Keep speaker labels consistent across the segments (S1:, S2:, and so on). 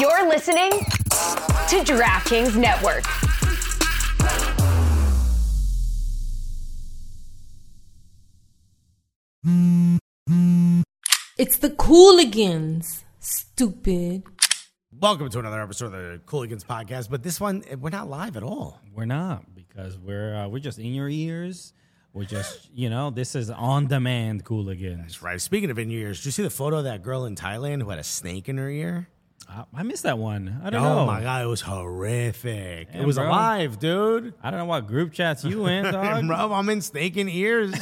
S1: You're listening to DraftKings Network.
S2: It's the Cooligans, stupid.
S3: Welcome to another episode of the Cooligans podcast. But this one, eh, we're not live at all.
S4: We're not because we're uh, we're just in your ears. We're just you know this is on demand cool again.
S3: That's right. Speaking of in your ears, did you see the photo of that girl in Thailand who had a snake in her ear?
S4: I, I missed that one. I
S3: Oh
S4: don't know.
S3: my god, it was horrific.
S4: Yeah,
S3: it was
S4: bro.
S3: alive, dude.
S4: I don't know what group chats you in, dog.
S3: Bro, I'm in snake in ears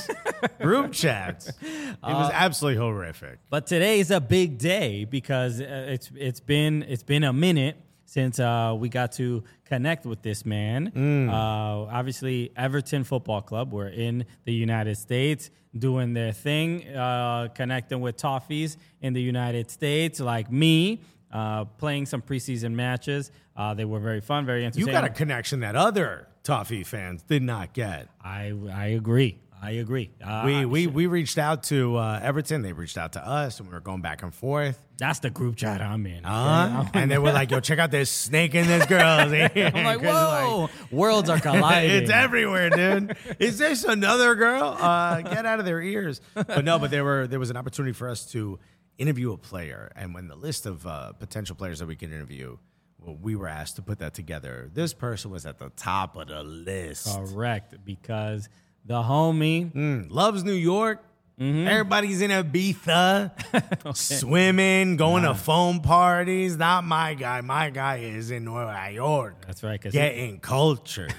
S3: group chats. It was absolutely horrific.
S4: but today is a big day because uh, it's it's been it's been a minute since uh, we got to connect with this man. Uh, obviously, Everton Football Club. We're in the United States doing their thing, uh, connecting with toffees in the United States, like me. Uh, playing some preseason matches. Uh, they were very fun, very
S3: You
S4: entertaining.
S3: got a connection that other Toffee fans did not get.
S4: I I agree. I agree. Uh,
S3: We we we reached out to uh, Everton. They reached out to us, and we were going back and forth.
S4: that's the group chat I'm in.
S3: Uh, and they were like, "Yo, check out this snake in this girl's ear."
S4: I'm like,
S3: 'Cause, like,
S4: whoa, worlds are colliding.
S3: It's everywhere, dude. Is this another girl? Uh, get out of their ears. But no, but there were there was an opportunity for us to interview a player, and when the list of uh, potential players that we could interview, well, we were asked to put that together. This person was at the top of the list.
S4: Correct, because the homie,
S3: Mm, loves New York.
S4: Mm-hmm.
S3: Everybody's in Ibiza, swimming, going to foam parties. Not my guy. My guy is in New York.
S4: that's right, because
S3: Getting culture.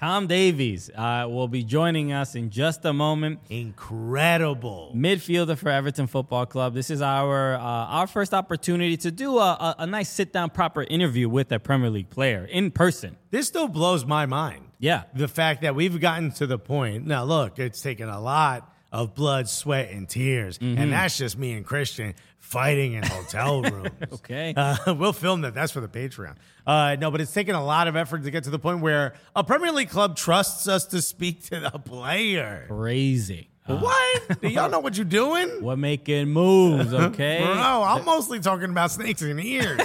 S4: Tom Davies uh, will be joining us in just a moment.
S3: Incredible.
S4: midfielder for Everton Football Club. This is our uh, our first opportunity to do a, a, a nice sit down, proper interview with a Premier League player in person.
S3: This still blows my mind.
S4: Yeah,
S3: The fact that we've gotten to the point. Now, look, it's taken a lot of blood, sweat, and tears.
S4: Mm-hmm.
S3: And that's just me and Christian fighting in hotel rooms.
S4: Okay.
S3: Uh, we'll film that. That's for the Patreon. Uh, no, but it's taken a lot of effort to get to the point where a Premier League club trusts us to speak to the player.
S4: crazy. Uh,
S3: What? Do y'all know what you're doing?
S4: we're making moves, okay?
S3: Bro, I'm mostly talking about snakes and ears.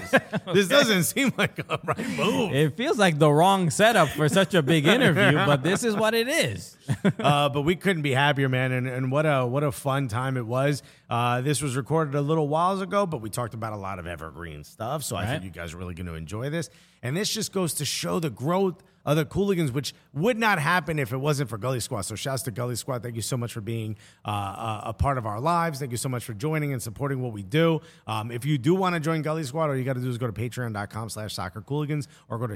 S3: This doesn't seem like a right move.
S4: It feels like the wrong setup for such a big interview, but this is what it is.
S3: uh, but we couldn't be happier, man. And, and what a what a fun time it was. Uh, this was recorded a little whiles ago, but we talked about a lot of evergreen stuff. So I
S4: Right.
S3: think you guys are really going to enjoy this. And this just goes to show the growth of the Cooligans, which would not happen if it wasn't for Gully Squad. So shouts to Gully Squad. Thank you so much for being uh, a- a part of our lives. Thank you so much for joining and supporting what we do. Um, if you do want to join Gully Squad, all you got to do is go to patreon.com slash soccer cooligans or go to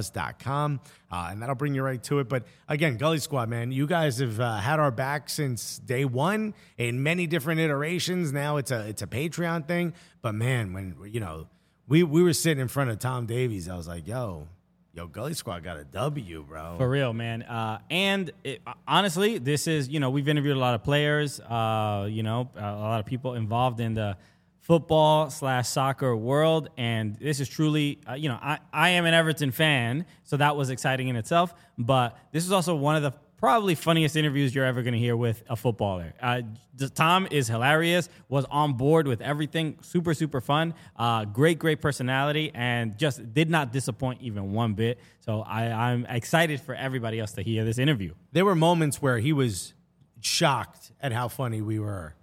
S3: shoutstous.com. Uh, and that'll bring you right to it. But again, Gully Squad, man, you guys have uh, had our back since day one in many different iterations. Now it's a it's a Patreon thing. But man, when you know we we were sitting in front of Tom Davies, I was like, yo, yo, Gully Squad got a W, bro.
S4: For real, man. Uh, and it, honestly, this is, you know, we've interviewed a lot of players, uh, you know, a lot of people involved in the football slash soccer world. And this is truly, uh, you know, I, I am an Everton fan, so that was exciting in itself. But this is also one of the probably funniest interviews you're ever going to hear with a footballer. Uh, j- Tom is hilarious, was on board with everything, super, super fun, uh, great, great personality, and just did not disappoint even one bit. So I, I'm excited for everybody else to hear this interview.
S3: there were moments where he was shocked at how funny we were.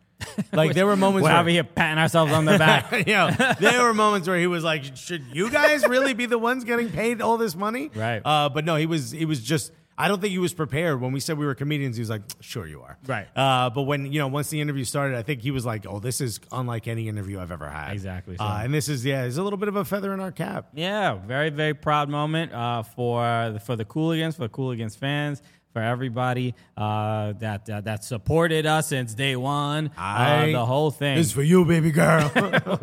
S3: Like there were moments
S4: We're
S3: where
S4: over here patting ourselves on the back.
S3: you know, there were moments where he was like, "Should you guys really be the ones getting paid all this money?"
S4: Right.
S3: Uh, but no, he was. He was just. I don't think he was prepared when we said we were comedians. He was like, "Sure, you are."
S4: Right.
S3: Uh, but when you know, once the interview started, I think he was like, "Oh, this is unlike any interview I've ever had."
S4: Exactly, so-
S3: Uh, and this is yeah, it's a little bit of a feather in our cap.
S4: Yeah, very very proud moment uh, for the, for the Cooligans, for Cooligans fans, for everybody uh, that, that that supported us since day one.
S3: I-
S4: uh, the whole thing.
S3: It's for you, baby girl,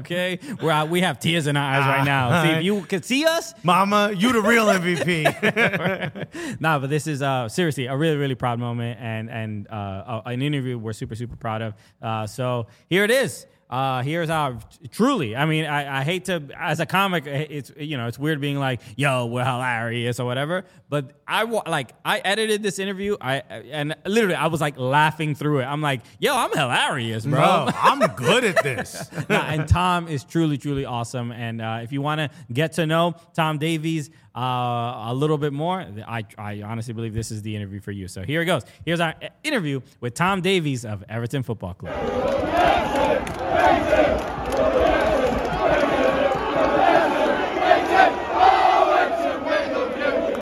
S4: okay, we're out, we have tears in our eyes right now. See if you could see us.
S3: Mama. You the real MVP.
S4: Nah, but this is uh, seriously a really really proud moment and and uh, a- an interview we're super super proud of. Uh, so here it is. Uh, Uh, here's how truly. I mean, I, I hate to as a comic. eh, It's you know, it's weird being like, "Yo, we're hilarious" or whatever. But I wa- like I edited this interview. I and literally I was like laughing through it. I'm like, "Yo, I'm hilarious, bro."
S3: Bro, I'm good at this.
S4: Nah, and Tom is truly, truly awesome. And uh, if you want to get to know Tom Davies uh, a little bit more, I, I honestly believe this is the interview for you. So here it goes. Here's our uh, interview with Tom Davies of Everton Football Club.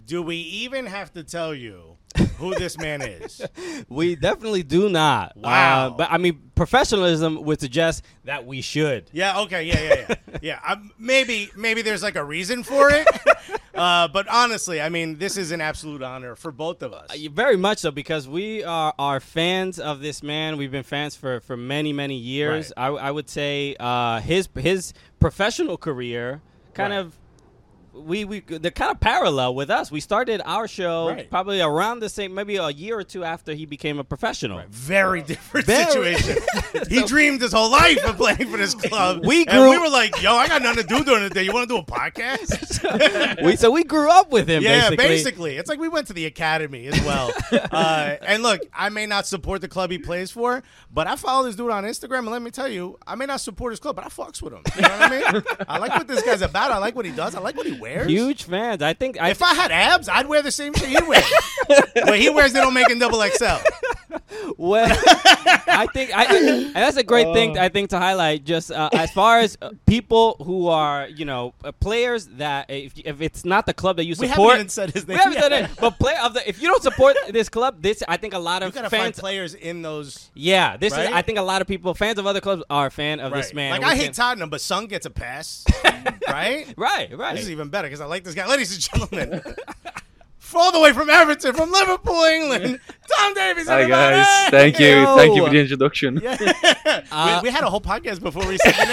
S3: Do we even have to tell you who this man is?
S5: We definitely do not. Uh,
S3: Wow.
S5: but I mean, professionalism would suggest that we should.
S3: Yeah. Okay. Yeah. Yeah. Yeah. yeah. I'm, maybe maybe there's like a reason for it. Uh, but honestly, I mean, this is an absolute honor for both of us.
S5: Very much so, because we are, are fans of this man. We've been fans for, for many, many years. I, I would say uh, his his professional career kind
S3: Right.
S5: of we, we they're kind of parallel with us. We started our show
S3: Right.
S5: probably around the same, maybe a year or two after he became a professional.
S3: Very different
S5: Very-
S3: situation. he dreamed his whole life of playing for this club.
S5: We
S3: and we
S5: grew-
S3: were like, "Yo, I got nothing to do during the day. You want to do a podcast?"
S5: we, so we grew up with him.
S3: yeah,
S5: basically.
S3: basically. it's like we went to the academy as well. uh, and look, I may not support the club he plays for, but I follow this dude on Instagram, and let me tell you, I may not support his club, but I fucks with him. You know what I mean? I like what this guy's about. I like what he does. I like what he wears.
S5: Huge fans. I think. I,
S3: If I had abs, I'd wear the same shit he wears. but he wears they don't make in double XL.
S5: Well, I think I, and that's a great thing.
S3: Oh.
S5: I think to highlight just uh, as far as uh, people who are you know uh, players that if, if it's not the club that you
S3: We haven't
S5: support,
S3: even said his
S5: we
S3: name
S5: haven't said
S3: yet.
S5: it. But player of the if you don't support this club, this I think a lot
S3: You
S5: of
S3: gotta find
S5: fans.
S3: players in those.
S5: yeah, this is
S3: Right?
S5: I think a lot of people fans of other clubs are a fan of this
S3: Right.
S5: man.
S3: Like
S5: We
S3: I
S5: can-
S3: hate Tottenham, but Sung gets a pass, right?
S5: Right, right.
S3: This is even better because I like this guy, ladies and gentlemen. f- All the way from Everton, from Liverpool, England, Tom Davies.
S6: Hi
S3: everybody!
S6: guys, thank you,
S5: Yo.
S6: thank you for the introduction.
S5: Uh,
S3: we, we had a whole podcast before we said the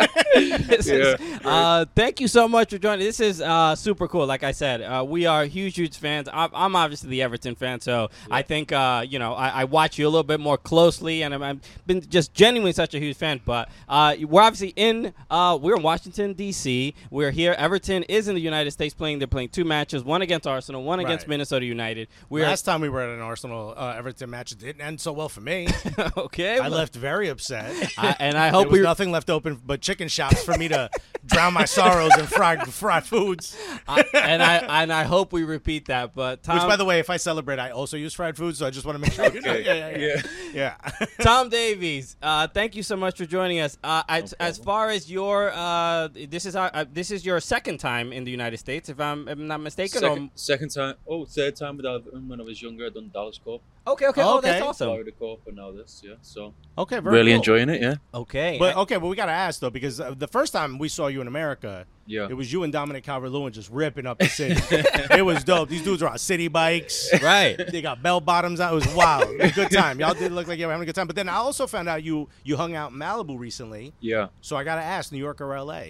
S3: name.
S5: This is-
S6: Yeah.
S5: uh, thank you so much for joining. This is uh, super cool. Like I said, uh, we are huge, huge fans. I'm, I'm obviously the Everton fan, so I think uh, you know I, I watch you a little bit more closely, and I'm, I've been just genuinely such a huge fan. But uh, we're obviously in uh, we're in Washington D.C. We're here. Everton is in the United States playing. They're playing two matches: one against Arsenal, one against
S3: Right.
S5: Minnesota United. We're
S3: Last time we were at an Arsenal uh, Everton match, it didn't end so well for me.
S5: okay.
S3: I left very upset.
S5: I- and I
S3: There
S5: hope
S3: was
S5: we
S3: nothing left open but chicken shops for me to drown my sorrows in fried, fried foods.
S5: I, and I and I hope we repeat that. But Tom,
S3: Which, by the way, if I celebrate, I also use fried food, so I just want to make sure. You know. Yeah, yeah, yeah. Yeah.
S5: Tom Davies, uh, thank you so much for joining us. Uh, as, as far as your uh, this is our, uh, this is your second time in the United States, if I'm, if I'm not mistaken.
S6: Second, second time, oh, third time with Everton. When I was younger, I done Dallas Cup,
S5: Or, okay, okay, oh,
S3: Okay.
S5: that's awesome.
S6: Florida Cup, and now this. Yeah, so
S3: okay, very
S6: really
S3: cool.
S6: enjoying it. Yeah,
S5: Okay, uh,
S3: But okay, but we gotta ask though because uh, the first time we saw you in America,
S6: Yeah.
S3: it was you and Dominic Calvert-Lewin just ripping up the city. it was dope. These dudes were on city bikes.
S5: right,
S3: They got bell bottoms out. It was wild. It was a good time. Y'all did look like you were having a good time. But then I also found out you you hung out in Malibu recently.
S6: yeah.
S3: So I gotta ask, New York or LA?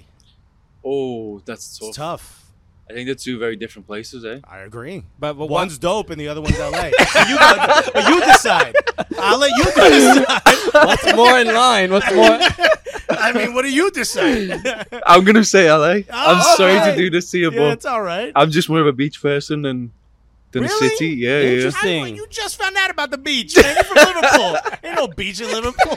S6: Oh, that's
S3: It's
S6: tough.
S3: tough.
S6: I think they're two very different places, eh?
S3: I agree.
S5: But- but
S3: one's dope and the other one's LA. So you, got, but you decide. I'll let you decide.
S5: what's more in line? What's more?
S3: I mean, what do you decide?
S6: I'm gonna say LA. I'm sorry
S3: alright.
S6: to do this to you,
S3: Oh, yeah,
S6: but
S3: it's all right.
S6: I'm just more of a beach person than than
S3: Really?
S6: city. Yeah, yeah.
S5: Interesting.
S3: I don't know, you just found out about the beach. Man. You're from Liverpool. Ain't no beach in Liverpool.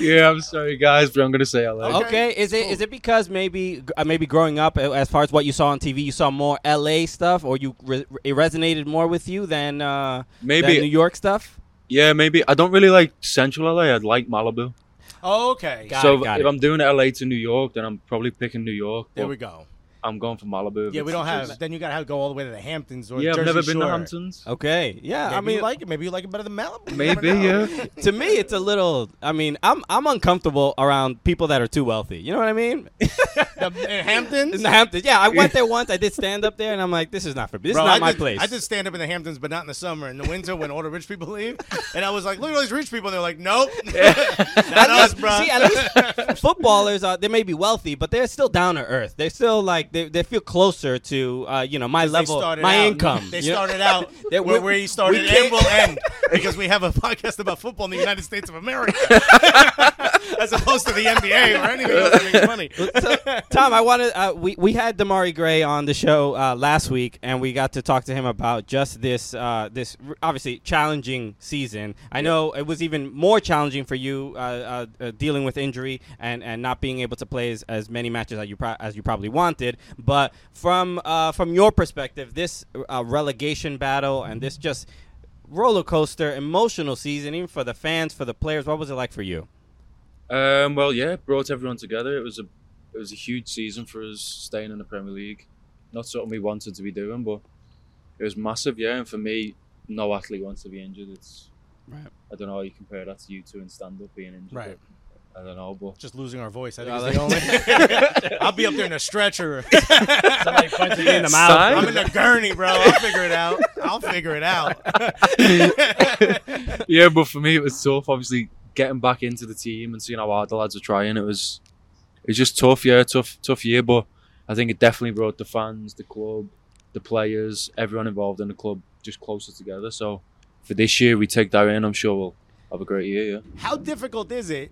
S6: Yeah, I'm sorry, guys, but I'm gonna say LA.
S3: Oh.
S5: Okay, is it is it because maybe uh, maybe growing up, uh, as far as what you saw on TV, you saw more LA stuff, or you re- it resonated more with you than uh,
S6: Maybe-
S5: than New York stuff?
S6: Yeah, maybe I don't really like Central LA. I'd like Malibu.
S3: Oh, okay.
S5: Got
S6: so uh,
S5: it, got
S6: if
S5: it.
S6: I'm doing LA to New York, then I'm probably picking New York.
S3: There
S6: but
S3: we go.
S6: I'm going for Malibu. if
S3: Yeah, we
S6: it's
S3: don't have.
S6: just-
S3: Then you gotta have to go all the way to the Hamptons or
S6: Yeah,
S3: Jersey
S6: I've never been
S3: Shore.
S6: to Hamptons.
S5: Okay, yeah,
S3: Maybe
S5: I mean,
S3: you like it. Maybe you like it better than Malibu. You
S6: Maybe,
S3: never know.
S6: yeah.
S5: to me, it's a little. I mean, I'm I'm uncomfortable around people that are too wealthy. You know what I mean?
S3: The, in Hamptons.
S5: In the Hamptons, yeah, I went there once. I did stand up there, and I'm like, this is not for me. This
S3: Bro,
S5: is not
S3: I
S5: my
S3: did,
S5: place.
S3: I did stand up in the Hamptons, but not in the summer. In the winter, when all the rich people leave, and I was like, "Look at all these rich people." And they're like, "Nope, not us, bro."
S5: See, at least footballers are. They may be wealthy, but they're still down to earth. They're still like like they, they feel closer to uh, you know my level, my
S3: out-
S5: income.
S3: They
S5: you know?
S3: started out
S5: That
S3: where
S5: we-
S3: where you started
S5: we
S3: and
S5: can't-
S3: will end because we have a podcast about football in the United States of America, as opposed to the NBA or anything else that makes money.
S5: Tom, I wanted uh, we we had Damari Gray on the show uh, last week, and we got to talk to him about just this uh, this r- obviously challenging season. I know it was even more challenging for you uh, uh, uh, dealing with injury and, and not being able to play as, as many matches as you pro- as you probably wanted. But from uh, from your perspective, this uh, relegation battle and this just roller coaster emotional season, even for the fans, for the players, what was it like for you?
S6: Um, well, yeah, it brought everyone together. It was a it was a huge season for us staying in the Premier League. Not something we wanted to be doing, but it was massive. Yeah, and for me, no athlete wants to be injured. It's
S5: Right.
S6: I don't know how you compare that to you two in stand up being injured.
S3: Right.
S6: I don't know, but
S3: Just losing our voice. I think
S5: Yeah,
S3: is the only. I'll be up there in a stretcher.
S5: In the mouth.
S3: I'm in a gurney, bro. I'll figure it out. I'll figure it out.
S6: yeah, but for me it was tough. Obviously, getting back into the team and seeing how hard the lads were trying, it was it was just tough. Yeah, tough, tough year. But I think it definitely brought the fans, the club, the players, everyone involved in the club just closer together. So for this year, we take that in. I'm sure we'll have a great year. Yeah.
S3: How difficult is it?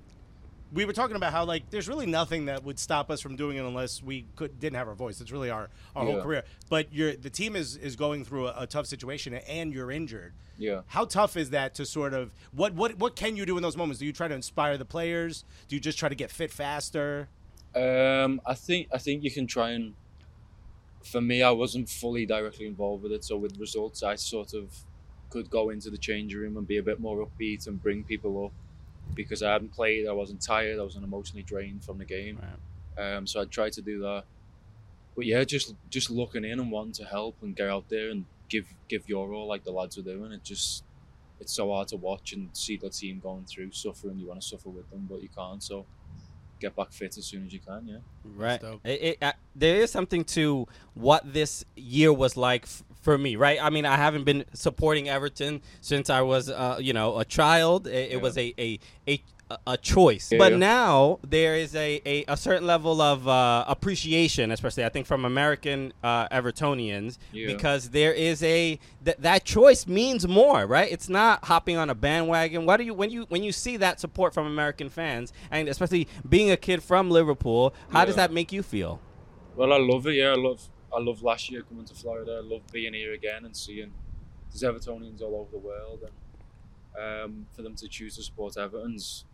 S3: We were talking about how like there's really nothing that would stop us from doing it unless we could didn't have our voice. It's really our, our whole
S6: Yeah.
S3: career. But you're the team is is going through a, a tough situation and you're injured.
S6: Yeah.
S3: How tough is that to sort of what what what can you do in those moments? Do you try to inspire the players? Do you just try to get fit faster?
S6: Um, I think I think you can try and. For me, I wasn't fully directly involved with it, so with results, I sort of could go into the change room and be a bit more upbeat and bring people up because I hadn't played, I wasn't tired, I wasn't emotionally drained from the game. Um, so I tried to do that, but yeah, just just looking in and wanting to help and get out there and give give your all like the lads are doing. It just it's so hard to watch and see the team going through suffering. You want to suffer with them, but you can't. So get back fit as soon as you can. Yeah.
S5: Right.
S3: dope.
S5: It, it, uh, there is something to what this year was like f- for me, right? I mean, I haven't been supporting Everton since I was, uh, you know, a child. It, it was a a a, a choice,
S6: Yeah,
S5: but
S6: yeah.
S5: now there is a, a, a certain level of uh, appreciation, especially I think from American uh, Evertonians,
S6: Yeah.
S5: because there is a th- that choice means more, right? It's not hopping on a bandwagon. Why do you when you when you see that support from American fans, and especially being a kid from Liverpool, how does
S6: Yeah.
S5: that make you feel?
S6: Well, I love it. Yeah, I love. I love last year coming to Florida. I love being here again and seeing there's Evertonians all over the world, and um, for them to choose to support Everton's,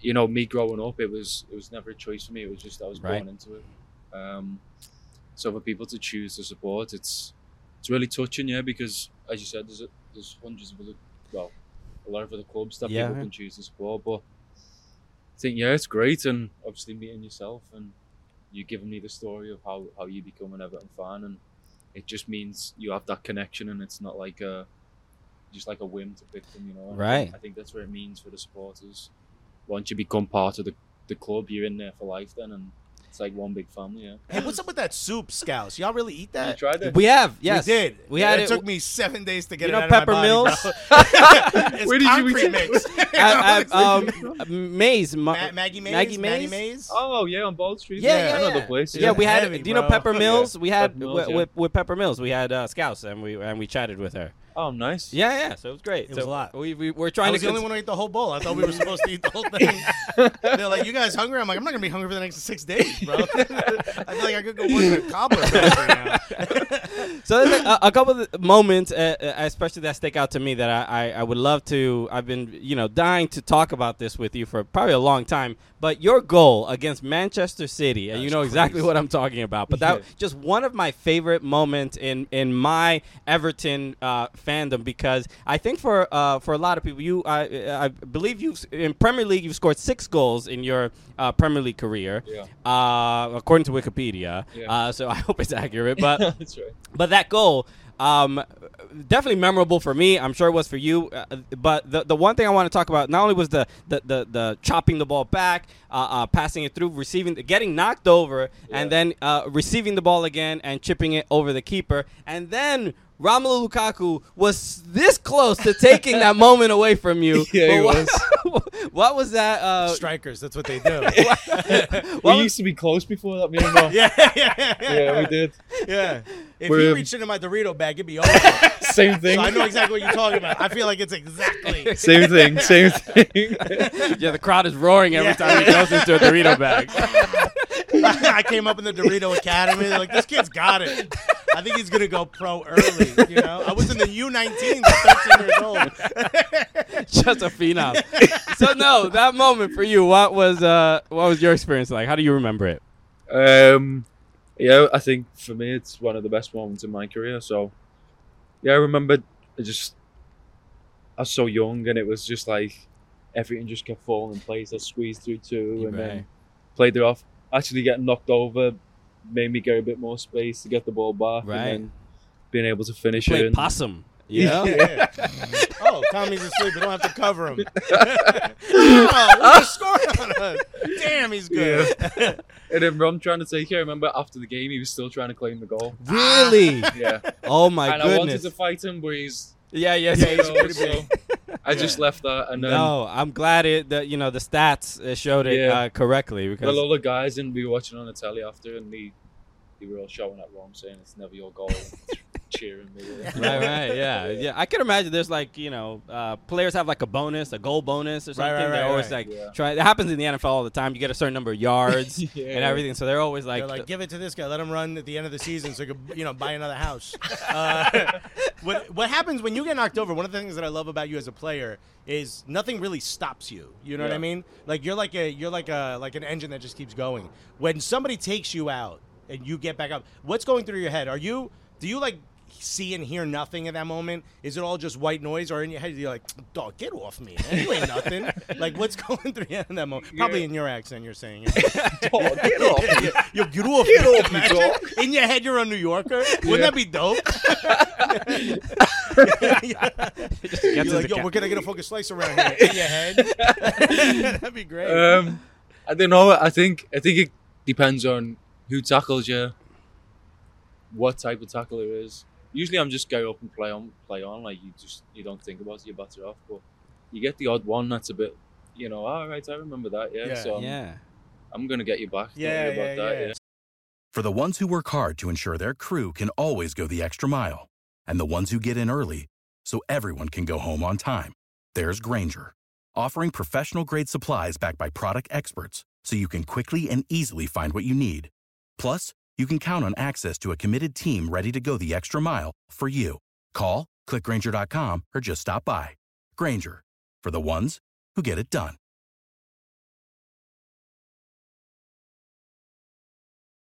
S6: you know, me growing up, it was it was never a choice for me. It was just I was
S5: Right.
S6: born into it. Um, so for people to choose to support, it's it's really touching, yeah. Because as you said, there's a, there's hundreds of other, well, a lot of other clubs that
S5: Yeah,
S6: people
S5: yeah.
S6: can choose to support, but I think yeah, it's great, and obviously meeting yourself and you giving me the story of how, how you become an Everton fan, and it just means you have that connection, and it's not like a just like a whim to pick them, you know. And I
S5: Right.
S6: think, I think that's what it means for the supporters. Once you become part of the, the club, you're in there for life, then, and it's like one big family. Yeah.
S3: Hey, what's up with that soup, Scouse? Y'all really eat
S6: you
S3: that?
S6: tried it?
S5: We have yes,
S3: We did.
S5: We had
S3: it,
S5: it.
S3: took me seven days to get
S5: you
S3: it out
S5: know
S3: of my
S5: Pepper
S3: body,
S5: Mills?
S3: bro. it's
S6: Where did you
S3: concrete
S6: eat it?
S3: mix.
S5: I- I- um, Maze, Ma-
S3: Ma- Maggie Mays.
S5: Maggie
S3: Maddie
S5: Mays?
S3: Mays?
S6: Oh yeah, on Ball Street.
S5: Yeah, yeah,
S6: another
S5: yeah.
S6: place.
S5: Yeah, we had.
S3: Heavy,
S5: do you know
S3: bro.
S5: Pepper Mills? We had
S6: Pepper Mills,
S5: with,
S6: yeah.
S5: with, with Pepper Mills. We had uh, Scouse, and we and we chatted with her.
S6: Oh, nice.
S5: Yeah, yeah. So it was great.
S3: It
S5: so
S3: was a lot.
S5: We, we we're
S3: I
S5: trying
S3: was
S5: to.
S3: the only
S5: cons-
S3: one who ate the whole bowl. I thought we were supposed to eat the whole thing. They're like, "You guys hungry?" I'm like, "I'm not gonna be hungry for the next six days, bro." I feel like I could go work at a cobbler right now.
S5: So there's a, a couple of moments, uh, uh, especially that stick out to me that I, I, I would love to. I've been you know dying to talk about this with you for probably a long time. But your goal against Manchester City, and you know exactly what I'm talking about. But that just one of my favorite moments in in my Everton uh, fandom because I think for uh, for a lot of people, you I, I believe you've in Premier League you've scored six goals in your uh, Premier League career,
S6: Yeah.
S5: uh, according to Wikipedia.
S6: Yeah.
S5: Uh, so I hope it's accurate, but.
S6: that's right.
S5: But that goal, um, definitely memorable for me. I'm sure it was for you. Uh, but the, the one thing I want to talk about not only was the the, the, the chopping the ball back, uh, uh, passing it through, receiving, getting knocked over, and then uh, receiving the ball again and chipping it over the keeper, and then. Romelu Lukaku was this close to taking that moment away from you.
S6: Yeah, he
S5: But wha- What was that? Uh,
S3: Strikers, that's what they do.
S6: we used to be close before that, me and Mo.
S3: yeah, yeah, yeah,
S6: yeah, we did.
S3: yeah. If
S6: We're,
S3: you
S6: um,
S3: reached into my Dorito bag, it'd be over. so
S6: Same thing.
S3: I know exactly what you're talking about. I feel like it's exactly.
S6: Same thing. Same thing.
S5: yeah, the crowd is roaring every time he goes into a Dorito bag.
S3: I came up in the Dorito Academy. They're like, this kid's got it. I think he's gonna go pro early. You know, I was in the U19s, at 13 years old.
S5: Just a phenom. so no, that moment for you. What was uh, what was your experience like? How do you remember it?
S6: Um, yeah, I think for me it's one of the best moments in my career. So, yeah, I remember I just I was so young, and it was just like everything just kept falling in place. I squeezed through two,
S5: right.
S6: and then played it off. Actually, getting knocked over made me get a bit more space to get the ball back,
S5: Right.
S6: and then being able to finish it.
S5: Play
S6: and-
S5: possum. You know?
S3: Yeah. Oh, Tommy's asleep. We don't have to cover him. oh, what a score on us. Damn, he's good.
S6: and then Ron trying to take it. I remember after the game, he was still trying to claim the goal.
S5: Really?
S6: Yeah,
S5: Oh my
S6: and I wanted
S5: goodness.
S6: to fight him, but he's
S5: yeah, yeah, yeah.
S6: you
S5: he's
S6: know,
S5: pretty big.
S6: so I just left that, and then.
S5: No, I'm glad it. The, you know, the stats uh, showed it
S6: Yeah.
S5: uh, correctly
S6: Well,
S5: because
S6: all the guys and we were watching on the telly after, and they, they were all shouting at Rom saying it's never your goal, and cheering me.
S5: right, right, yeah, yeah. I can imagine there's like you know, uh, players have like a bonus, a goal bonus or something.
S3: right,
S5: they're
S3: right,
S5: always
S3: right.
S5: like
S6: Yeah.
S5: try. It happens in the NFL all the time. You get a certain number of yards
S6: Yeah.
S5: and everything, so they're always like,
S3: They're like, give it to this guy. Let him run at the end of the season so he could, you know, buy another house. Uh, what, what happens when you get knocked over? One of the things that I love about you as a player is nothing really stops you. You know what I
S6: Yeah.
S3: mean? Like you're like a you're like a like an engine that just keeps going. When somebody takes you out and you get back up, what's going through your head? Are you do you like see and hear nothing at that moment? Is it all just white noise, or in your head you're like, "Dog, get off me! man. You ain't nothing." like what's going through your head in that moment? Probably in your accent, you're saying. it.
S6: Dog, get off.
S3: Yo, get off Get off In your head, you're a New Yorker. Wouldn't that be dope? You're
S5: to
S3: like,
S5: the
S3: yo,
S5: ca-
S3: we're gonna get a fucking slice around here. In your head, Uh, that'd be great.
S6: Um, I don't know. I think I think it depends on who tackles you, what type of tackle it is. Usually, I'm just go up and play on, play on. Like you just you don't think about it, you batter off. But you get the odd one that's a bit, you know. All right, I remember that. Yeah,
S3: Yeah.
S6: so I'm,
S5: yeah.
S6: I'm gonna get you back.
S3: Yeah,
S6: don't worry about
S3: yeah,
S6: that.
S3: yeah.
S6: yeah.
S7: For the ones who work hard to ensure their crew can always go the extra mile, and the ones who get in early so everyone can go home on time, there's Granger, offering professional grade supplies backed by product experts so you can quickly and easily find what you need. Plus, you can count on access to a committed team ready to go the extra mile for you. Call, click clickgranger.com, or just stop by. Granger, for the ones who get it done.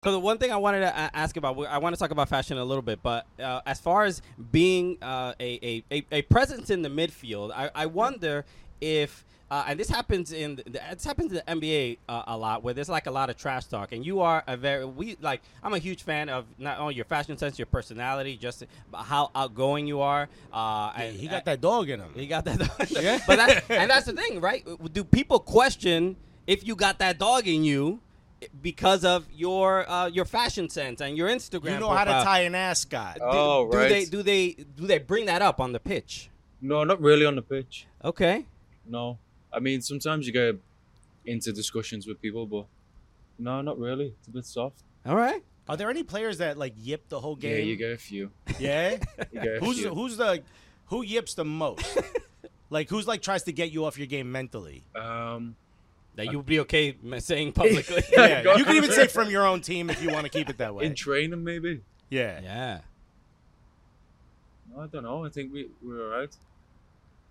S5: So the one thing I wanted to a- ask about, I want to talk about fashion a little bit, but uh, as far as being uh, a, a, a, a presence in the midfield, I, I wonder if. Uh, and this happens in the, this happens in the NBA uh, a lot, where there's like a lot of trash talk, and you are a very we like. I'm a huge fan of not only your fashion sense, your personality, just how outgoing you are. Uh, and,
S3: he got that dog in him.
S5: you got that. Dog. but that's, and that's the thing, right? Do people question if you got that dog in you because of your uh, your fashion sense and your Instagram?
S3: You know how to
S5: profile?
S3: tie an ascot.
S5: Do,
S6: Oh,
S5: do
S6: right.
S5: they do they do they bring that up on the pitch?
S6: No, not really on the pitch.
S5: Okay.
S6: No. I mean, sometimes you get into discussions with people, but no, not really. It's a bit soft.
S5: All right.
S3: Are there any players that like yip the whole game?
S6: Yeah, you get a few.
S3: Yeah?
S6: You get a
S3: who's
S6: few.
S3: who's the who yips the most? like who's like tries to get you off your game mentally?
S6: Um,
S5: That you'd be okay m- saying publicly.
S3: Yeah, you can even say from your own team if you want to keep it that way.
S6: in training, maybe.
S3: yeah.
S5: yeah.
S6: I don't know. I think we we're alright.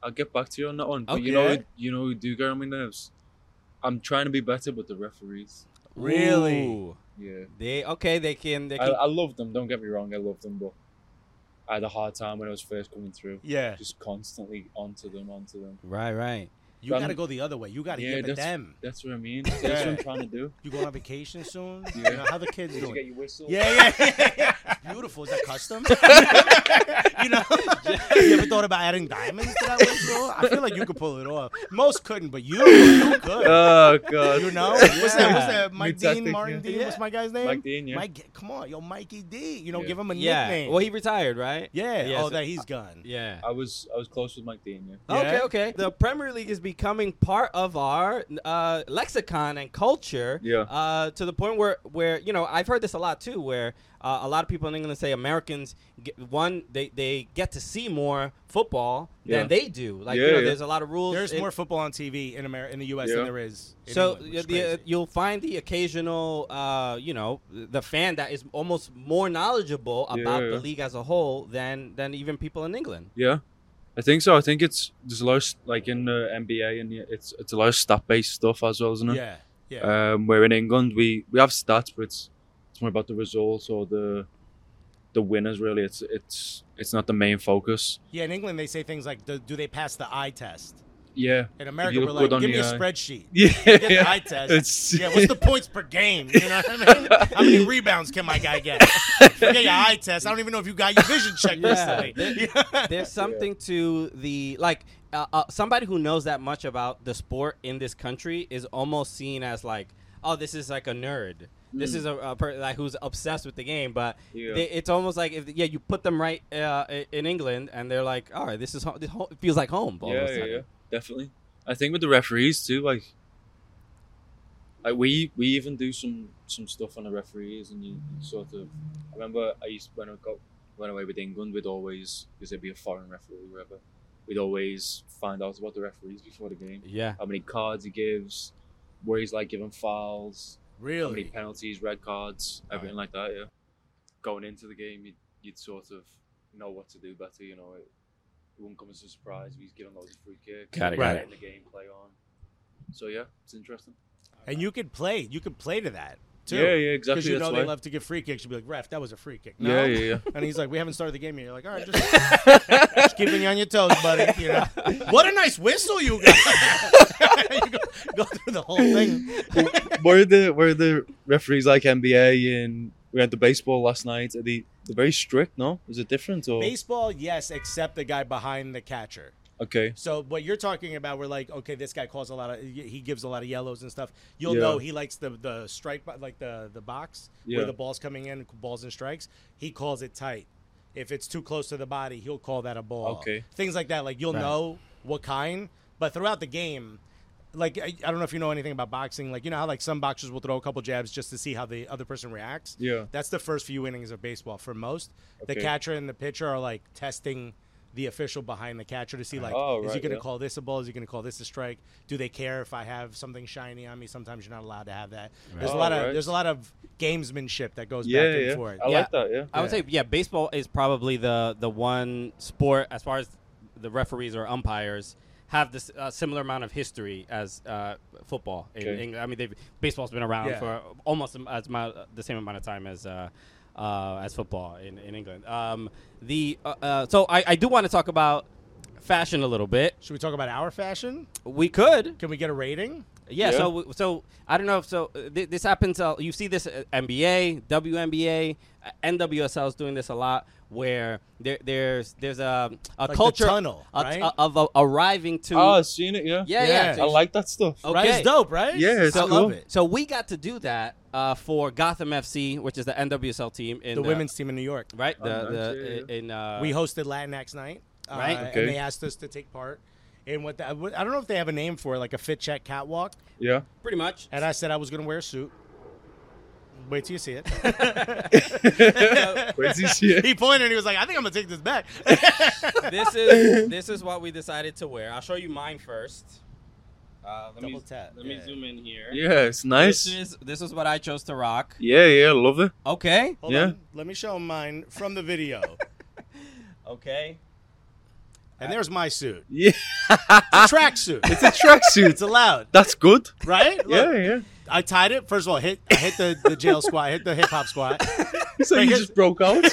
S6: I'll get back to you on that one. But you know,
S3: Okay.
S6: you know, who do get on my nerves. I'm trying to be better, but the referees.
S3: Really?
S5: Ooh.
S6: Yeah,
S5: They okay? They can. They
S6: I,
S5: can.
S6: I love them. Don't get me wrong, I love them, but I had a hard time when I was first coming through.
S3: Yeah.
S6: just constantly onto them, onto them.
S5: right. Right.
S3: You got to go the other way. You got to yip at
S6: that's,
S3: them.
S6: that's what I mean. That's what I'm
S3: Yeah.
S6: trying to do.
S3: You going on vacation soon?
S6: Yeah.
S3: You know, how the kids
S6: Did you get
S3: doing?
S6: your whistle?
S3: Yeah, yeah, yeah. Beautiful. Is that custom? you know, you ever thought about adding diamonds to that whistle? I feel like you could pull it off. Most couldn't, but you, you could.
S6: Oh god.
S3: You know, what's that? What's that? Mike Dean,
S6: tactic,
S3: Martin
S6: yeah.
S3: Dean. What's my guy's name?
S6: Mike Dean, yeah.
S3: Mike, come on, yo, Mikey D. You know,
S6: Yeah.
S3: give him a
S5: Yeah.
S3: nickname.
S5: Well, he retired, right?
S3: yeah.
S5: Yeah,
S3: oh,
S5: so-
S3: that he's gone.
S5: Yeah.
S6: I was I was close with Mike Dean. Yeah.
S5: Okay,
S3: Yeah.
S5: okay. The Premier League is becoming part of our uh, lexicon and culture.
S6: Yeah.
S5: Uh, to the point where, where you know, I've heard this a lot too, where uh, a lot of people in England say Americans, get, one, they, they get to see more football
S6: Yeah.
S5: than they do. Like, you
S6: Yeah,
S5: know,
S6: yeah.
S5: there's a lot of rules.
S3: There's
S5: in-
S3: more football on TV in America in the U.S. than
S6: Yeah.
S3: there is. In
S5: so
S3: England, which is
S5: the, uh,
S3: crazy.
S5: you'll find the occasional, uh, you know, the fan that is almost more knowledgeable about
S6: Yeah.
S5: the league as a whole than than even people in England.
S6: Yeah, I think so. I think it's there's a lot of, s- like in the NBA and it's it's a lot of stat based stuff as well, isn't it?
S3: yeah, yeah.
S6: Um, where in England we we have stats, but it's it's more about the results or the the winners really. It's it's it's not the main focus.
S3: Yeah, in England they say things like, "Do, do they pass the eye test?"
S6: Yeah.
S3: In
S6: If
S3: America,
S6: you
S3: we're
S6: look good
S3: like,
S6: on
S3: "Give me
S6: the
S3: a
S6: eye."
S3: spreadsheet."
S6: Yeah.
S3: Get the eye test.
S6: It's-
S3: yeah, what's the points per game? You know what I mean? How many rebounds can my guy get? Forget your eye test. I don't even know if you got your vision checked
S5: Yeah.
S3: recently.
S5: There's something to the like uh, uh, somebody who knows that much about the sport in this country is almost seen as like, oh, this is like a nerd. This is a, a person like, who's obsessed with the game, but
S6: Hmm. Yeah.
S5: they, it's almost like if yeah, you put them right uh, i- in England, and they're like, all right, this is home. This ho- it feels like home. all of a
S6: yeah, yeah,
S5: sudden.
S6: yeah, definitely. I think with the referees too, like, like we we even do some some stuff on the referees, and you sort of. I remember I used when I got went away with England, we'd always because there'd be a foreign referee wherever, we'd always find out about the referees before the game,
S5: yeah.
S6: how many cards he gives, where he's like giving fouls, how many
S3: really?
S6: penalties, red cards, everything like that. Yeah, going into the game, you'd, you'd sort of know what to do better. You know, it, it wouldn't come as a surprise if he's giving loads of free kicks.
S5: Got it,
S6: and
S3: got
S6: letting The game play on. So yeah, it's interesting.
S3: And you could play. You could play to that too.
S6: Yeah, yeah, exactly,
S3: Because you know
S6: that's
S3: they
S6: why.
S3: love to give free kicks. You'd be like, "Ref, that was a free kick." No?
S6: Yeah, yeah, yeah.
S3: And he's like, "We haven't started the game yet." You're like, "All right, just, just keeping you on your toes, buddy." You know, what a nice whistle you got. you go, go through the whole thing.
S6: were the were the referees like NBA and we had the baseball last night? Are they they're very strict? No, is it different or
S3: Baseball, yes, except the guy behind the catcher.
S6: okay?
S3: So what you're talking about, we're like, okay, this guy calls a lot of, he gives a lot of yellows and stuff. You'll
S6: Yeah.
S3: know he likes the the strike, bo- like the the box
S6: Yeah.
S3: where the ball's coming in, balls and strikes. He calls it tight. If it's too close to the body, he'll call that a ball.
S6: Okay.
S3: Things like that, like you'll know what kind. But throughout the game, like I, I don't know if you know anything about boxing. Like you know how like some boxers will throw a couple jabs just to see how the other person reacts.
S6: Yeah.
S3: That's the first few innings of baseball for most. The
S6: Okay.
S3: catcher and the pitcher are like testing the official behind the catcher to see like
S6: Oh,
S3: is he
S6: right,
S3: going to
S6: yeah.
S3: call this a ball? Is he going to call this a strike? Do they care if I have something shiny on me? Sometimes you're not allowed to have that. There's a lot of
S6: Alright.
S3: there's a lot of gamesmanship that goes
S6: Oh, Yeah,
S3: back and
S6: yeah.
S3: forth.
S6: I
S5: Yeah.
S6: like that. Yeah.
S5: I would
S3: Yeah.
S5: say yeah, baseball is probably the the one sport as far as the referees or umpires have this uh, similar amount of history as uh, football. In
S6: Okay.
S5: England. I mean, they've, baseball's been around
S3: Yeah.
S5: for almost am- as amount, the same amount of time as. Uh, uh, as football in, in England, um, the uh, uh, so I, I do want to talk about fashion a little bit.
S3: Should we talk about our fashion?
S5: We could,
S3: Can we get a rating?
S5: yeah,
S6: Yeah.
S5: So so I don't know if so. uh, Th- this happens. Uh, you see this at NBA, WNBA, uh, NWSL is doing this a lot, where there there's there's a a
S3: the
S5: culture
S3: tunnel,
S5: a-
S3: right?
S5: a- of uh, arriving to.
S6: Oh, I've seen it. Yeah.
S5: yeah,
S3: yeah.
S5: yeah.
S6: I like that stuff.
S5: Okay.
S3: Right, it's dope, right?
S6: Yeah, it's
S3: I love
S6: cool.
S3: it.
S5: So we got to do that uh, for Gotham FC, which is the NWSL team in
S3: The women's team in New York.
S5: right. The,
S6: Oh,
S5: the
S6: nice, yeah,
S5: in uh,
S3: we hosted Latinx night, uh,
S5: Right.
S6: Okay.
S3: And they asked us to take part in what the, I don't know if they have a name for it, like a fit check catwalk.
S6: Yeah.
S5: pretty much.
S3: And I said I was going to wear a suit. Wait till you see it.
S6: Wait till you see it.
S3: he pointed. and He was like, "I think I'm gonna take this back."
S5: this is this is what we decided to wear. I'll show you mine first. Uh, let
S3: Double tap,
S5: Let me
S3: yeah.
S5: zoom in here.
S6: Yeah, it's
S5: This
S6: nice.
S5: is this is what I chose to rock.
S6: Yeah, yeah, love it.
S5: Okay.
S3: Hold
S6: Yeah.
S3: on. Let me show him mine from the video.
S5: Okay.
S3: and there's my suit.
S6: Yeah,
S3: It's a tracksuit.
S6: it's a tracksuit.
S3: It's allowed,
S6: That's good.
S3: right?
S6: Yeah,
S3: Look,
S6: yeah.
S3: I tied it. First of all, hit I hit the, the jail squat, I hit the hip hop squat.
S6: So you just broke out.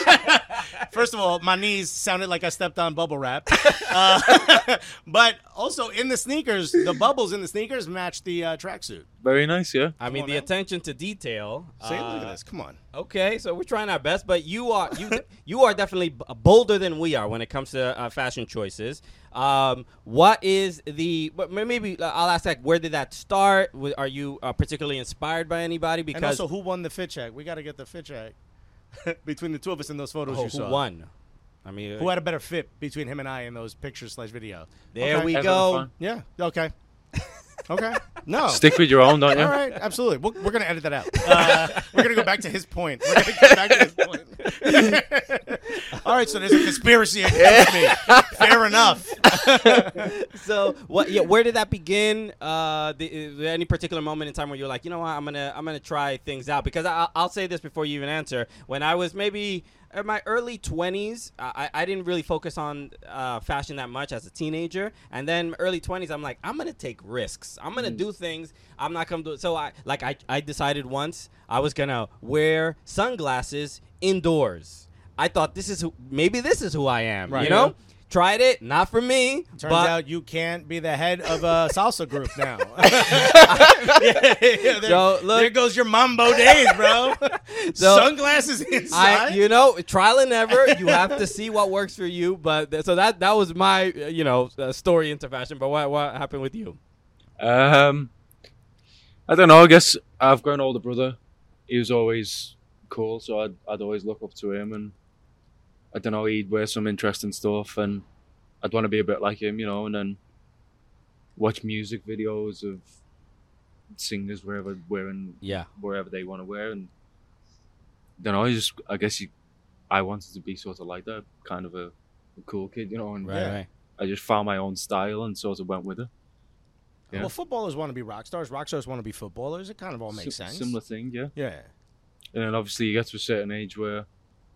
S3: First of all, my knees sounded like I stepped on bubble wrap. Uh, but also in the sneakers, the bubbles in the sneakers match the uh, tracksuit.
S6: Very nice, yeah.
S5: I mean the attention to detail.
S3: Say, look
S5: uh,
S3: at this. Come on.
S5: Okay, so we're trying our best, but you are you you are definitely b- bolder than we are when it comes to uh, fashion choices. Um, what is the? But may- maybe uh, I'll ask like, where did that start? W- Are you uh, particularly inspired by anybody?
S3: And
S5: Because
S3: also, who won the fit check? We got to get the fit check between the two of us in those photos
S5: Oh,
S3: you
S5: who
S3: saw.
S5: won? I mean,
S3: Who had a better fit between him and I in those pictures slash video?
S5: there
S3: Okay.
S5: we
S6: Everyone
S5: go.
S6: fine.
S3: Yeah. Okay. Okay. No.
S6: Stick with your own, don't you?
S3: All right. Absolutely. We'll, we're going to edit that out. Uh, we're going to go back to his point. We're going to go back to his point. All right. So there's a conspiracy against me. Fair enough.
S5: so what? Yeah, where did that begin? Uh, the, is there any particular moment in time where you're like, you know what, I'm gonna I'm gonna try things out because I, I'll say this before you even answer. When I was maybe in my early 20s, I, I didn't really focus on uh, fashion that much as a teenager, and then early 20s, I'm like, I'm gonna take risks. I'm
S3: Mm.
S5: gonna do things I'm not gonna do. So I like I I decided once I was gonna wear sunglasses indoors. I thought this is who, maybe this is who I am.
S3: Right.
S5: You know. Tried it, not for me.
S3: Turns
S5: but
S3: out you can't be the head of a salsa group now. there,
S5: Yo, look.
S3: there goes your mambo days, bro.
S5: So,
S3: Sunglasses
S5: I,
S3: inside.
S5: you know, trial and error. You have to see what works for you. But th- so that that was my, uh, you know, uh, story into fashion. But what what happened with you?
S6: Um, I don't know. I guess I've got an older brother. He was always cool, so I'd, I'd always look up to him, and I don't know. He'd wear some interesting stuff, and I'd want to be a bit like him, you know. And then watch music videos of singers wherever wearing
S5: Yeah.
S6: wherever they want to wear, and don't know. I just I guess you, I wanted to be sort of like that, kind of a, a cool kid, you know. And
S5: Right. Right.
S6: I just found my own style and sort of went with it. Yeah.
S3: Well, footballers want to be rock stars. Rock stars want to be footballers. It kind of all makes
S6: Si-
S3: sense.
S6: Similar thing, yeah.
S3: Yeah.
S6: And then obviously you get to a certain age where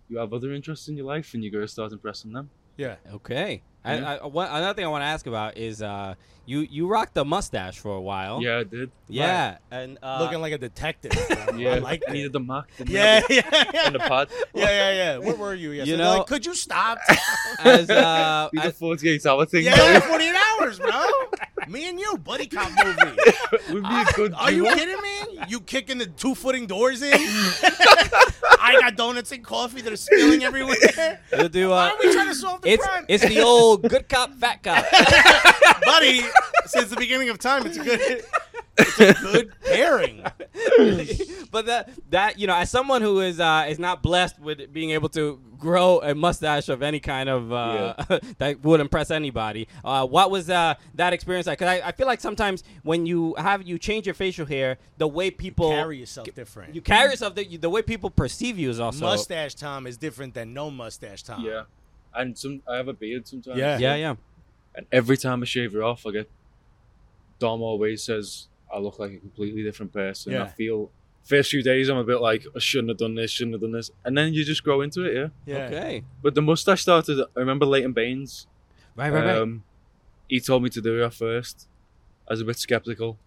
S6: you have other interests in your life and you go to start impressing them.
S3: Yeah.
S5: Okay. And I, one, another thing I want to ask about is uh, you you rocked the mustache for a
S3: Oh.
S5: while.
S6: Yeah, I did.
S5: Yeah. And uh,
S3: Looking like a detective. bro.
S6: Yeah,
S3: I like
S6: I
S3: that.
S6: needed the mark. didn't
S3: Yeah,
S6: I?
S3: yeah, yeah.
S6: In the pod.
S3: Yeah, yeah, yeah. Where were you? Yes.
S5: You
S3: They're like,
S5: know-
S3: could you stop?
S5: as uh,
S6: These are
S5: as,
S6: 48 hour thing.
S3: yeah, 48 hours, bro. Me and you, buddy cop movie.
S6: We'd be a good
S3: Are you
S6: duo.
S3: kidding me? You kicking the two footing doors in? I got donuts and coffee that are spilling everywhere.
S5: you'll do
S3: Why
S5: uh,
S3: are we trying to solve the
S5: it's
S3: crime?
S5: it's the old good cop fat cop.
S3: buddy, since the beginning of time, it's a good, it's a good pairing.
S5: but that that you know, as someone who is uh, is not blessed with being able to grow a mustache of any kind of uh, that would impress anybody, uh, what was uh, that experience like? Because I, I feel like sometimes when you have you change your facial hair, the way people
S3: Carry yourself different.
S5: you carry yourself, the, the way people perceive you is also
S3: mustache time is different than no mustache time.
S6: Yeah. And some, I have a beard sometimes.
S3: Yeah.
S5: Yeah, yeah.
S6: And every time I shave it off, I get. Dom always says I look like a completely different person.
S3: Yeah.
S6: I feel. First few days, I'm a bit like, I shouldn't have done this, shouldn't have done this. And then you just grow into it, yeah.
S3: Yeah.
S5: Okay.
S6: But the mustache started, I remember Leighton Baines.
S5: Right, right, right.
S6: Um, he told me to do it at first. I was a bit skeptical,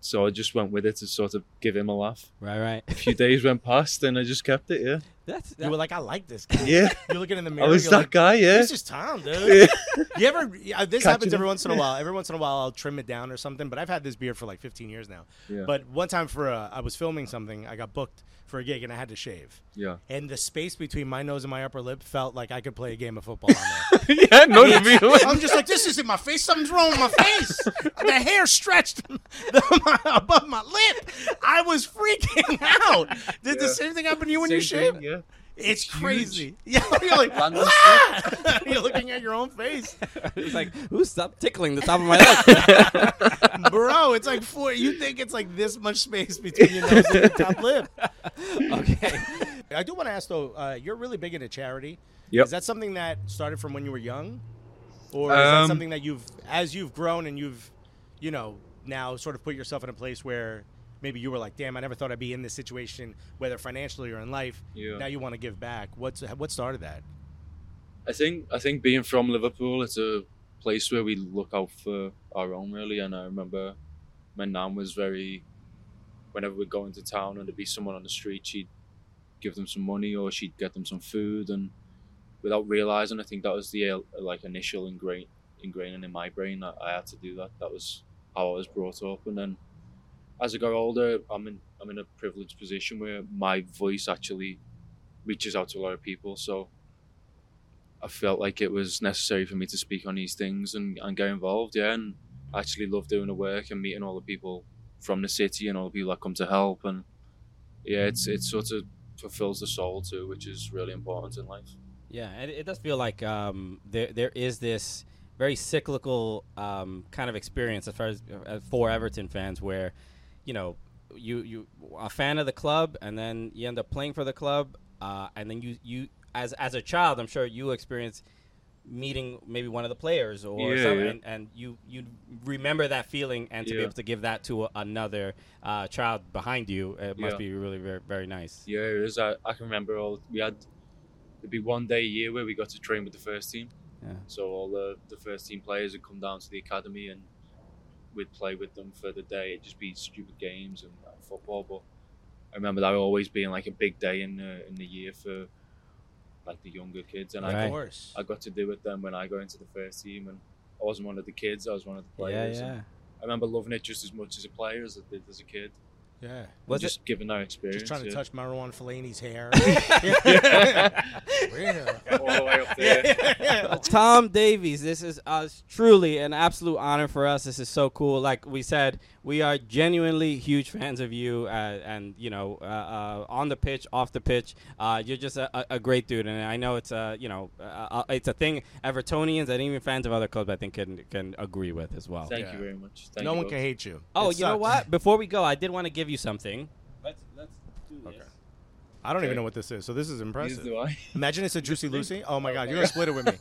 S6: so I just went with it to sort of give him a laugh.
S5: right, right.
S6: A few days went past, and I just kept it. Yeah,
S5: That's
S3: You
S5: that,
S3: were like, I like this guy.
S6: yeah.
S3: You're looking in the
S6: I
S3: mirror.
S6: was
S3: you're
S6: that
S3: like,
S6: guy. Yeah.
S3: This is Tom, dude. you ever? yeah, This
S6: Catching
S3: happens every
S6: him.
S3: once in a while. Every once in a while, I'll trim it down or something. But I've had this beard for like 15 years now.
S6: Yeah.
S3: But one time for a, I was filming something. I got booked for a gig and I had to shave.
S6: Yeah.
S3: And the space between my nose and my upper lip felt like I could play a game of football. On there.
S6: yeah. No,
S3: I'm just like, this isn't my face. Something's wrong with my face. the hair stretched above my lip. I was freaking out. Did the
S6: Yeah.
S3: same thing happen to you when you shaved?
S6: yeah.
S3: It's
S6: It's huge.
S3: crazy. Yeah, you're like,
S6: Random
S3: "Ah!" you're looking at your own face,
S5: it's like who stopped tickling the top of my leg?
S3: bro. It's like four. You think it's like this much space between your nose and your top lip?
S5: okay.
S3: I do want to ask though. Uh, you're really big into charity.
S6: Yep.
S3: Is that something that started from when you were young, or is that
S6: Um,
S3: something that you've, as you've grown and you've, you know, now sort of put yourself in a place where maybe you were like, damn, I never thought I'd be in this situation, whether financially or in life.
S6: Yeah.
S3: Now you want to give back. What's what started that?
S6: I think I think being from Liverpool, it's a place where we look out for our own really. And I remember my nan was very. Whenever we'd go into town and there'd be someone on the street, she'd give them some money or she'd get them some food, and without realizing, I think that was the uh, like initial ingrain ingraining in my brain that I had to do that. That was how I was brought up, and then as I got older, I'm in I'm in a privileged position where my voice actually reaches out to a lot of people, so. I felt like it was necessary for me to speak on these things and, and get involved, yeah, and I actually love doing the work and meeting all the people from the city and all the people that come to help and yeah, it's it sort of fulfills the soul too, which is really important in life.
S5: Yeah, and it does feel like um, there there is this very cyclical um, kind of experience as far as uh, for Everton fans, where you know you you a fan of the club and then you end up playing for the club, uh, and then you you as as a child, I'm sure you experience meeting maybe one of the players or
S6: Yeah,
S5: something
S6: yeah.
S5: and, and you you remember that feeling and to be
S6: Yeah.
S5: able to give that to a, another uh, child behind you it must
S6: Yeah.
S5: be really very, very nice
S6: Yeah, it was. I, I can remember all we had. It'd be one day a year where we got to train with the first team.
S5: Yeah.
S6: So all the, the first team players would come down to the academy and we'd play with them for the day. It'd just be stupid games and uh, football. But I remember that always being like a big day in the, in the year for like the younger kids. And I,
S5: Right.
S3: Of
S6: got,
S3: course.
S6: I got to do it then when I got into the first team. And I wasn't one of the kids, I was one of the players.
S5: yeah yeah
S6: And I remember loving it just as much as a player as I did as a kid.
S3: Yeah.
S5: was
S6: just giving that experience.
S3: Just trying to
S6: yeah.
S3: touch Marwan Fellaini's hair.
S6: all the way up there.
S5: Uh, Tom Davies, this is uh, it's truly an absolute honor for us. This is so cool. Like we said, we are genuinely huge fans of you, uh, and you know, uh, uh, on the pitch, off the pitch, uh, you're just a, a- a great dude. And I know it's a you know, uh, uh, it's a thing Evertonians and even fans of other clubs I think can can agree with as well.
S6: Thank
S3: Yeah.
S6: you very much. Thank
S3: no
S6: you
S3: one
S6: both.
S3: can hate you.
S5: oh, you
S3: It
S5: know
S3: sucks.
S5: what? Before we go, I did want to give you something. Let's let's do this.
S3: I don't even
S6: Okay.
S3: know what this is. So this is
S6: Neither
S3: impressive.
S6: do I.
S3: Imagine it's a Juicy Lucy. Oh my God, you're gonna split it with me.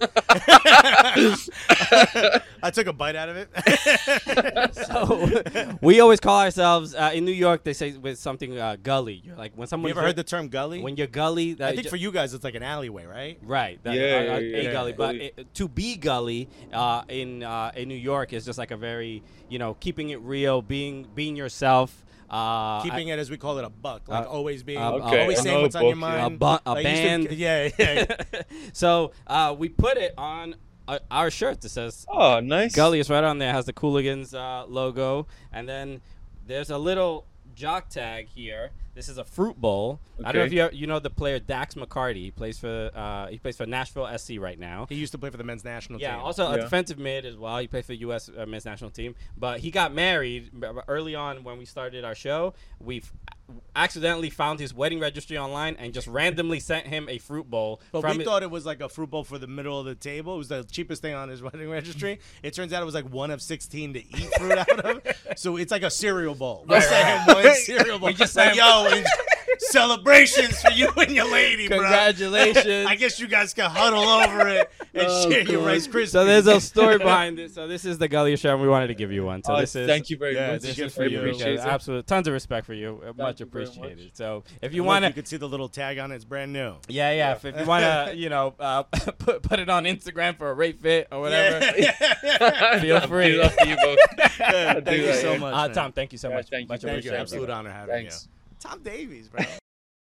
S3: I took a bite out of it.
S5: So we always call ourselves uh, in New York. They say with something uh, gully. You're like when someone
S3: you ever heard the term gully?
S5: when you're gully. That
S3: I think for you guys, it's like an alleyway, right?
S5: Right. That,
S6: Yeah,
S5: uh,
S6: yeah,
S5: uh,
S6: yeah,
S5: a
S6: yeah.
S5: gully, but
S6: Gully.
S5: it, to be gully uh, in uh, in New York is just like a very you know keeping it real, being being yourself. Uh,
S3: Keeping it as we call it a buck, like
S5: Uh,
S3: always being,
S5: uh,
S6: Okay,
S3: always
S6: I
S3: saying
S6: know
S3: what's on your
S6: buck, yeah.
S3: mind.
S5: A bu- a
S3: Like, you used to-
S5: band.
S3: yeah, yeah.
S5: so uh, we put it on uh, our shirt that says
S6: Oh, nice.
S5: Gully is right on there. Has the Cooligans uh, logo, and then there's a little jock tag here. This is a fruit bowl. I don't know if
S6: Okay.
S5: you you know the player Dax McCarty. He plays for uh, he plays for Nashville SC right now.
S3: He used to play for the men's national
S5: Yeah,
S3: team.
S5: also a
S6: Yeah.
S5: defensive mid as well. He played for the U.S. Uh, men's national team, but he got married b- early on when we started our show. We accidentally found his wedding registry online and just randomly sent him a fruit bowl.
S3: But
S5: from
S3: we
S5: it-
S3: thought it was like a fruit bowl for the middle of the table. It was the cheapest thing on his wedding registry. It turns out it was like one of sixteen to eat fruit out of. So it's like a cereal bowl. We sent him one cereal bowl. We just like, yo, and celebrations for you and your lady, bro.
S5: Congratulations.
S3: I guess you guys can huddle over it and share your Rice Krispies.
S5: so there's a story behind it. So this is the Gully show, and we wanted to give you one. So
S6: Oh,
S5: this is
S6: thank you very
S3: yeah,
S6: much.
S3: this is
S5: This is
S3: Good
S5: for
S6: I
S5: you.
S6: appreciate it.
S5: Absolutely, tons of respect for you. much
S6: you very much.
S5: appreciated. So if you
S3: You want
S5: want to
S3: you could see the little tag on it. It's brand new.
S5: Yeah, yeah. If, if you want to, you know, uh, put put it on Instagram for a rape fit or whatever, feel free.
S6: Love you both.
S3: Thank you
S6: that,
S3: so
S6: yeah.
S3: much,
S5: Uh,
S3: man.
S5: Tom, thank you so
S6: Yeah,
S5: much.
S6: thank you.
S5: Much
S6: Thank you.
S5: appreciated.
S3: Absolute honor having
S6: Thanks.
S3: you. Tom Davies, bro.